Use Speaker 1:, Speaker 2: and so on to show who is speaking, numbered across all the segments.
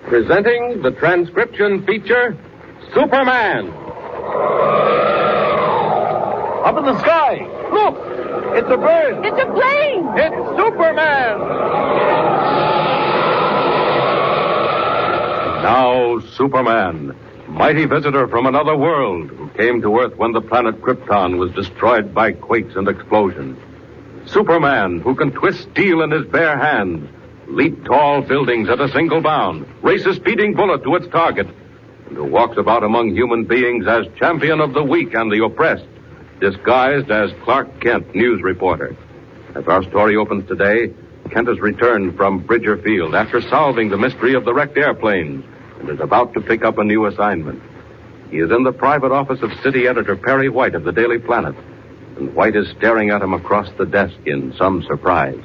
Speaker 1: presenting the transcription feature Superman.
Speaker 2: Up in the sky. Look! It's a bird.
Speaker 3: It's a plane!
Speaker 2: It's Superman.
Speaker 1: Now, Superman, mighty visitor from another world who came to Earth when the planet Krypton was destroyed by quakes and explosions. Superman, who can twist steel in his bare hands, leap tall buildings at a single bound, race a speeding bullet to its target, and who walks about among human beings as champion of the weak and the oppressed, disguised as Clark Kent, news reporter. As our story opens today, Kent has returned from Bridger Field after solving the mystery of the wrecked airplanes and is about to pick up a new assignment. He is in the private office of city editor Perry White of the Daily Planet, and White is staring at him across the desk in some surprise.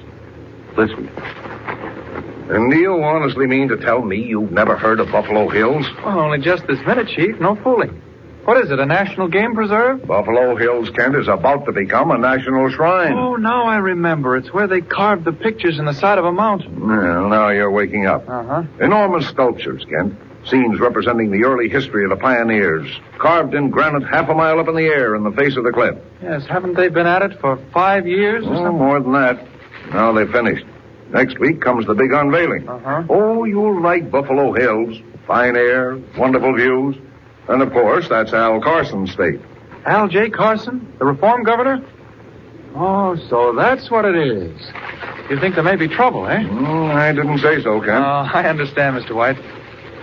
Speaker 1: Listen.
Speaker 4: And do you honestly mean to tell me you've never heard of Buffalo Hills?
Speaker 2: Well, only just this minute, Chief. No fooling. What is it, a national game preserve?
Speaker 4: Buffalo Hills, Kent, is about to become a national shrine.
Speaker 2: Oh, now I remember. It's where they carved the pictures in the side of a mountain.
Speaker 4: Well, now you're waking up.
Speaker 2: Uh-huh.
Speaker 4: Enormous sculptures, Kent. Scenes representing the early history of the pioneers, carved in granite half a mile up in the air in the face of the cliff.
Speaker 2: Yes, haven't they been at it for five years or
Speaker 4: Oh, more than that. Now they've finished. Next week comes the big unveiling.
Speaker 2: something? Uh-huh.
Speaker 4: Oh, you'll like Buffalo Hills. Fine air, wonderful views. And of course, that's Al Carson's state.
Speaker 2: Al J. Carson, the reform governor? Oh, so that's what it is. You think there may be trouble, eh?
Speaker 4: Mm, I didn't say so, Kent.
Speaker 2: Uh, I understand, Mr. White.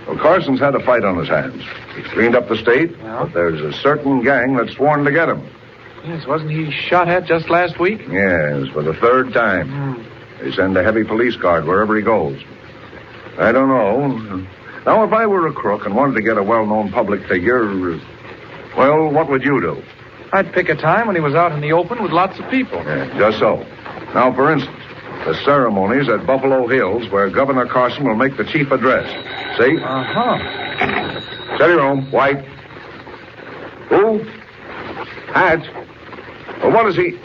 Speaker 4: Well, Carson's had a fight on his hands. He cleaned up the state,
Speaker 2: Yeah.
Speaker 4: but there's a certain gang that's sworn to get him.
Speaker 2: Yes, wasn't he shot at just last week?
Speaker 4: Yes, for the third time.
Speaker 2: Hmm.
Speaker 4: They send a heavy police guard wherever he goes. I don't know. Now, if I were a crook and wanted to get a well-known public figure, well, what would you do?
Speaker 2: I'd pick a time when he was out in the open with lots of people.
Speaker 4: Yeah, just so. Now, for instance, the ceremonies at Buffalo Hills where Governor Carson will make the chief address. See?
Speaker 2: Uh-huh.
Speaker 4: Steady, Rome. White. Who? Hatch. Well, what is he?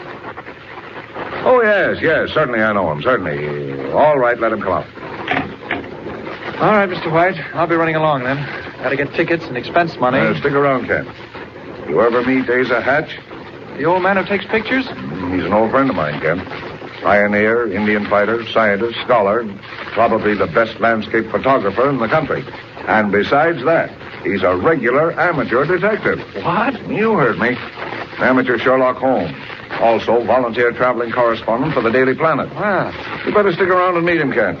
Speaker 4: Oh, yes, yes. Certainly, I know him. Certainly. All right, let him come up.
Speaker 2: All right, Mr. White. I'll be running along then. Gotta get tickets and expense money.
Speaker 4: Uh, stick around, Kent. You ever meet Asa Hatch?
Speaker 2: The old man who takes pictures?
Speaker 4: Mm, He's an old friend of mine, Kent. Pioneer, Indian fighter, scientist, scholar, probably the best landscape photographer in the country. And besides that, he's a regular amateur detective.
Speaker 2: What?
Speaker 4: You heard me. Amateur Sherlock Holmes. Also, volunteer traveling correspondent for the Daily Planet.
Speaker 2: Wow.
Speaker 4: You better stick around and meet him, Kent.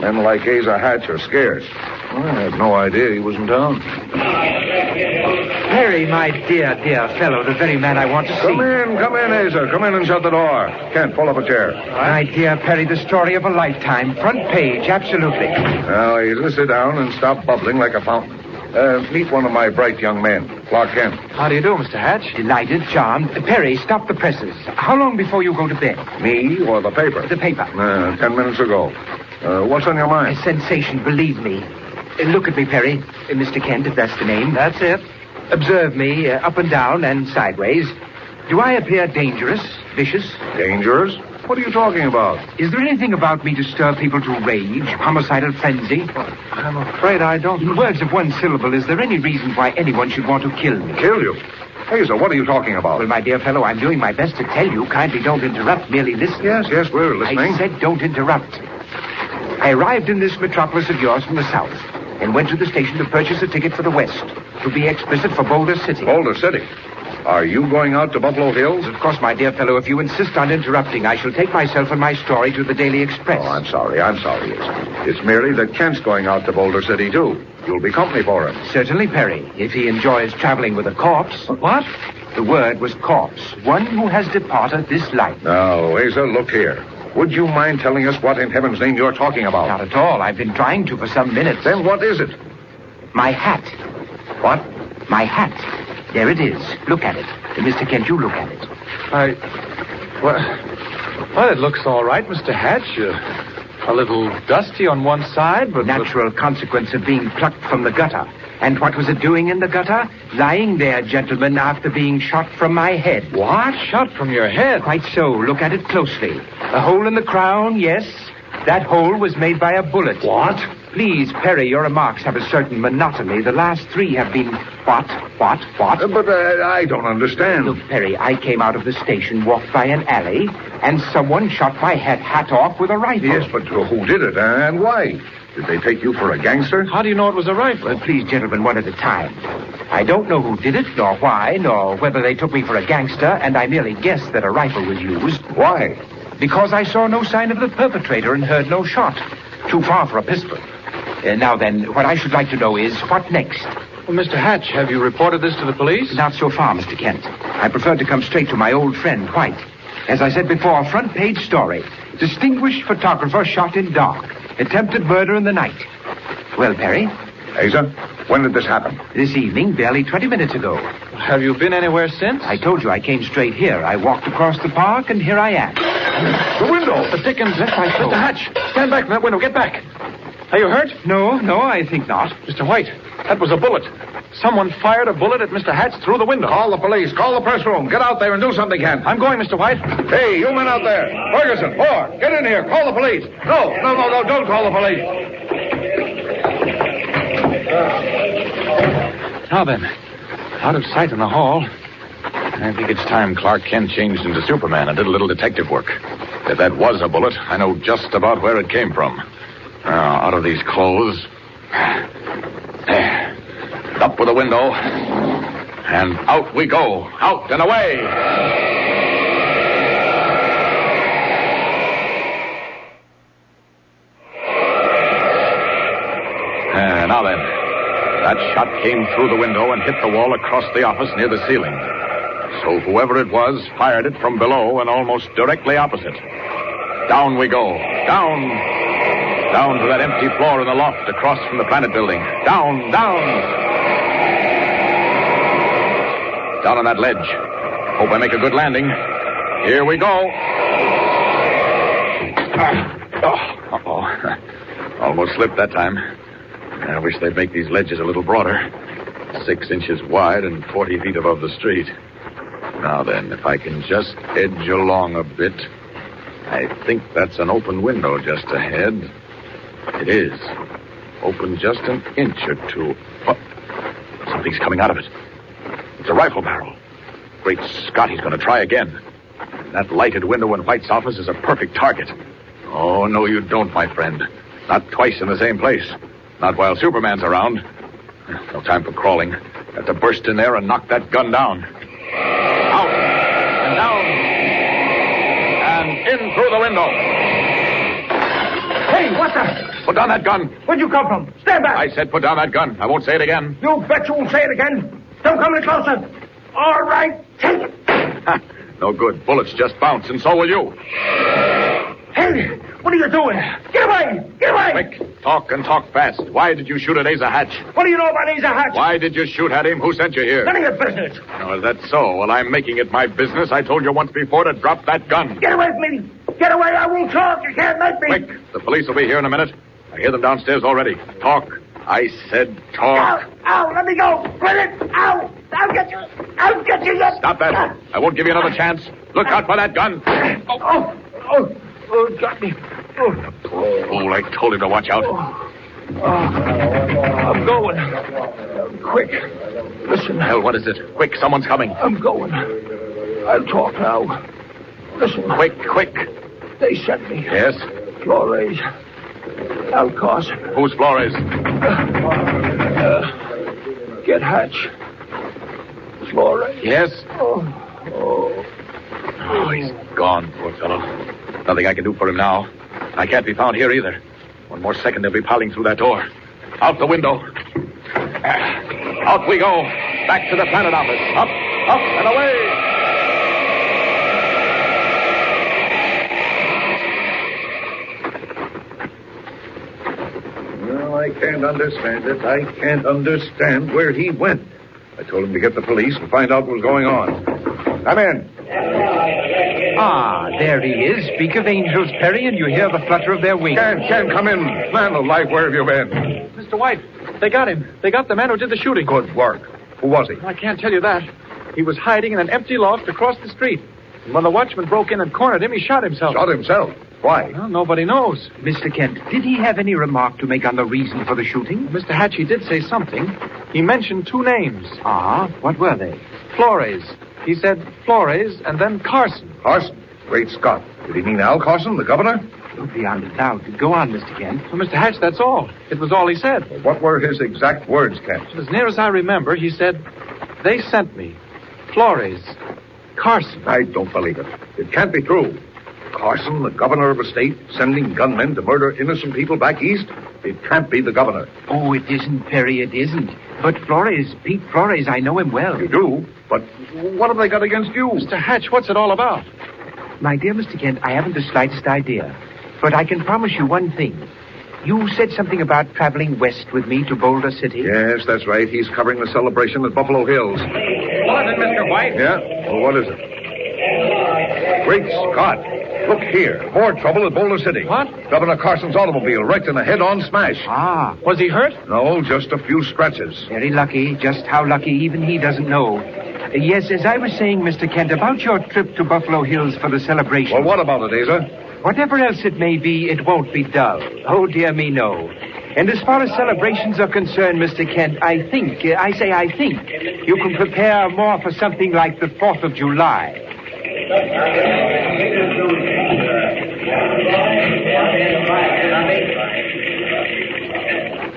Speaker 4: Men like Asa Hatch are scarce. I had no idea he was in town.
Speaker 5: Harry, my dear, dear fellow, the very man I want to
Speaker 4: Come
Speaker 5: see.
Speaker 4: in, come in, Asa. Come in and shut the door. Kent, pull up a chair.
Speaker 5: My dear Perry, the story of a lifetime. Front page, absolutely.
Speaker 4: Now, Asa, sit down and stop bubbling like a fountain. Uh, meet one of my bright young men, Clark Kent.
Speaker 2: How do you do, Mr. Hatch?
Speaker 5: Delighted, charmed. Perry, stop the presses. How long before you go to bed?
Speaker 4: Me or the paper?
Speaker 5: The paper.
Speaker 4: Uh, ten minutes ago. Uh, what's on your
Speaker 5: A
Speaker 4: mind?
Speaker 5: sensation, believe me. Uh, Look at me, Perry. Uh, Mr. Kent, if that's the name.
Speaker 2: That's it.
Speaker 5: Observe me uh, up and down and sideways. Do I appear dangerous, vicious?
Speaker 4: Dangerous? What are you talking about?
Speaker 5: Is there anything about me to stir people to rage, homicidal frenzy?
Speaker 2: I'm afraid I don't.
Speaker 5: In words of one syllable, is there any reason why anyone should want to kill me?
Speaker 4: Kill you. Asa, what are you talking about?
Speaker 5: Well, my dear fellow, I'm doing my best to tell you. Kindly don't interrupt, merely listen.
Speaker 4: Yes, yes, we're
Speaker 5: I
Speaker 4: listening.
Speaker 5: said don't interrupt. I arrived in this metropolis of yours from the south and went to the station to purchase a ticket for the west. To be explicit, for Boulder City.
Speaker 4: Boulder City. Are you going out to Buffalo Hills?
Speaker 5: Of course, my dear fellow, if you insist on interrupting, I shall take myself and my story to the Daily Express.
Speaker 4: Oh, I'm sorry. I'm sorry. It's, it's merely that Kent's going out to Boulder City, too. You'll be company for him.
Speaker 5: Certainly, Perry, if he enjoys traveling with a corpse.
Speaker 2: What?
Speaker 5: The word was corpse. One who has departed this life.
Speaker 4: Now, Asa, look here. Would you mind telling us what in heaven's name you're talking about?
Speaker 5: Not at all. I've been trying to for some minutes.
Speaker 4: Then what is it?
Speaker 5: My hat. What? My hat. There it is. Look at it. And Mr. Kent, you look at it.
Speaker 2: I. Well, well, it looks all right, Mr. Hatch. Uh, a little dusty on one side, but.
Speaker 5: Natural consequence of being plucked from the gutter. And what was it doing in the gutter? Lying there, gentlemen, after being shot from my head.
Speaker 2: What? Shot from your head.
Speaker 5: Quite so. Look at it closely. A hole in the crown, yes. That hole was made by a bullet.
Speaker 2: What?
Speaker 5: Please, Perry, your remarks have a certain monotony. The last three have been what, what, what?
Speaker 1: Uh, But uh, I don't understand.
Speaker 5: Look, Perry, I came out of the station, walked by an alley, and someone shot my hat hat off with a rifle.
Speaker 1: Yes, but uh, who did it and why? Did they take you for a gangster?
Speaker 4: How do you know it was a
Speaker 5: Well,
Speaker 4: rifle?
Speaker 5: please, gentlemen, one at a time. I don't know who did it, nor why, nor whether they took me for a gangster, and I merely guessed that a rifle was used.
Speaker 1: Why?
Speaker 5: Because I saw no sign of the perpetrator and heard no shot. Too far for a pistol. Uh, now then, what I should like to know is what next?
Speaker 4: Well, Mr. Hatch, have you reported this to the police?
Speaker 5: Not so far, Mr. Kent. I prefer to come straight to my old friend, White. As I said before, a front page story. Distinguished photographer shot in dark. Attempted murder in the night. Well, Perry,
Speaker 1: Asa, when did this happen?
Speaker 5: this evening, barely 20 minutes ago,
Speaker 4: Have you been anywhere since?
Speaker 5: I told you I came straight here. I walked across the park, and here I am.
Speaker 4: The window. The Dickens. That's my Mr. Hatch, stand back from that window. Get back. Are you hurt?
Speaker 5: No, no, I think not.
Speaker 4: Mr. White, that was a bullet. Someone fired a bullet at Mr. Hatch through the window.
Speaker 1: Call the police. Call the press room. Get out there and do something, Kent.
Speaker 4: I'm going, Mr. White.
Speaker 1: Hey, you men out there. Ferguson, Orr, get in here. Call the police. No, no, no, no, don't call the police.
Speaker 4: Now then, out of sight in the hall. I think it's time Clark Kent changed into Superman and did a little detective work. If that was a bullet, I know just about where it came from. Now, out of these clothes. There. Up with the window. And out we go. Out and away. Uh, now then, that shot came through the window and hit the wall across the office near the ceiling. So whoever it was fired it from below and almost directly opposite. Down we go. Down. Down to that empty floor in the loft across from the planet building. Down, down. Down on that ledge. Hope I make a good landing. Here we go. Ah, oh, uh-oh. Almost slipped that time. I wish they'd make these ledges a little broader. Six inches wide and 40 feet above the street. Now then, if I can just edge along a bit. I think that's an open window just ahead. It is. Open just an inch or two. Oh, something's coming out of it. It's a rifle barrel. Great Scott, he's going to try again. That lighted window in White's office is a perfect target. Oh, no, you don't, my friend. Not twice in the same place. Not while Superman's around. No time for crawling. Have to burst in there and knock that gun down. Out and down and in through the window.
Speaker 3: Hey, what the?
Speaker 4: Put down that gun.
Speaker 3: Where'd you come from? Stand back.
Speaker 4: I said put down that gun. I won't say it again.
Speaker 3: You bet you won't say it again. Don't come any closer. All right, take it.
Speaker 4: Ha, no good. Bullets just bounce, and so will you.
Speaker 3: Hey, what are you doing? Get away! Get away!
Speaker 4: Quick, talk and talk fast. Why did you shoot at Asa Hatch?
Speaker 3: What do you know about Asa Hatch?
Speaker 4: Why did you shoot at him? Who sent you here?
Speaker 3: None of your business.
Speaker 4: Now, is that so? Well, I'm making it my business. I told you once before to drop that gun.
Speaker 3: Get away from me. Get away. I won't talk. You can't make me.
Speaker 4: Quick, the police will be here in a minute. I hear them downstairs already. Talk. I said talk.
Speaker 3: Ow, ow, let me go. Let it. Ow. I'll get you. I'll get you. Yes. Ah.
Speaker 4: Stop that. I won't give you another chance. Look out for that gun.
Speaker 3: Oh, oh, oh, oh, got me. Oh, Ah.
Speaker 4: Oh, I told him to watch out.
Speaker 3: I'm going. Quick. Listen,
Speaker 4: Hell, what is it? Quick, someone's coming.
Speaker 3: I'm going. I'll talk now. Listen,
Speaker 4: Quick, quick.
Speaker 3: They sent me.
Speaker 4: Yes?
Speaker 3: Flores. Alcos.
Speaker 4: Who's Flores?
Speaker 3: Get Hatch. Flores.
Speaker 4: Yes?
Speaker 3: Oh,
Speaker 4: Oh, he's gone, poor fellow. Nothing I can do for him now. I can't be found here either. One more second, they'll be piling through that door. Out the window. Ah, Out we go. Back to the planet office. Up, up, and away.
Speaker 1: Well, I can't understand it. I can't understand where he went. I told him to get the police and find out what was going on. Come in.
Speaker 5: Ah, there he is. Speak of angels, Perry, and you hear the flutter of their wings.
Speaker 1: Ken, Ken, come in. Man alive, where have you been?
Speaker 4: Mr. White, they got him. They got the man who did the shooting.
Speaker 1: Good work. Who was he?
Speaker 4: I can't tell you that. He was hiding in an empty loft across the street. And when the watchman broke in and cornered him, he shot himself.
Speaker 1: Shot himself.
Speaker 4: Why?
Speaker 6: Well, nobody knows.
Speaker 5: Mr. Kent, did he have any remark to make on the reason for the shooting?
Speaker 6: Mr. Hatchie did say something. He mentioned two names
Speaker 5: Ah, what were they?
Speaker 6: Flores. He said Flores and then Carson.
Speaker 4: Carson. Great Scott. Did he mean Al Carson, the governor?
Speaker 5: Beyond a doubt. Go on, Mr. Kent.
Speaker 6: Well, Mr. Hatch, that's all. It was all he said.
Speaker 4: What were his exact words, Kent?
Speaker 6: As near as I remember, he said, They sent me. Flores. Carson.
Speaker 4: I don't believe it. It can't be true. Carson, the governor of a state, sending gunmen to murder innocent people back east? It can't be the governor.
Speaker 5: Oh, it isn't, Perry, it isn't. But Flores, Pete Flores, I know him well.
Speaker 4: You do, but what have they got against you?
Speaker 6: Mr. Hatch, what's it all about?
Speaker 5: My dear Mr. Kent, I haven't the slightest idea. But I can promise you one thing. You said something about traveling west with me to Boulder City.
Speaker 4: Yes, that's right. He's covering the celebration at Buffalo Hills.
Speaker 3: Morning, Mr. White.
Speaker 4: Yeah? Well, what is it? Great Scott. Look here. More trouble at Boulder City.
Speaker 6: What?
Speaker 4: Governor Carson's automobile wrecked in a head-on smash.
Speaker 5: Ah,
Speaker 6: Was he hurt?
Speaker 4: No, just a few scratches.
Speaker 5: very lucky. Just how lucky, even he doesn't know. Uh, Yes, as I was saying, Mr. Kent, about your trip to Buffalo Hills for the celebration.
Speaker 4: Well, what about it, Asa?
Speaker 5: Whatever else it may be, it won't be dull. Oh, dear me, no. And as far as celebrations are concerned, Mr. Kent, I think, uh, I say I think, you can prepare more for something like the 4th of July.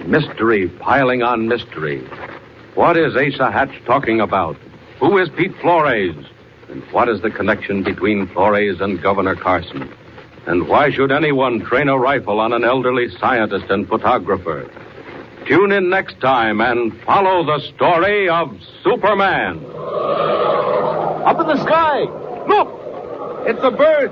Speaker 1: Mystery piling on mystery. What is Asa Hatch talking about? Who is Pete Flores? And what is the connection between Flores and Governor Carson? And why should anyone train a rifle on an elderly scientist and photographer? Tune in next time and follow the story of Superman.
Speaker 6: Up in the sky! Look! It's a bird!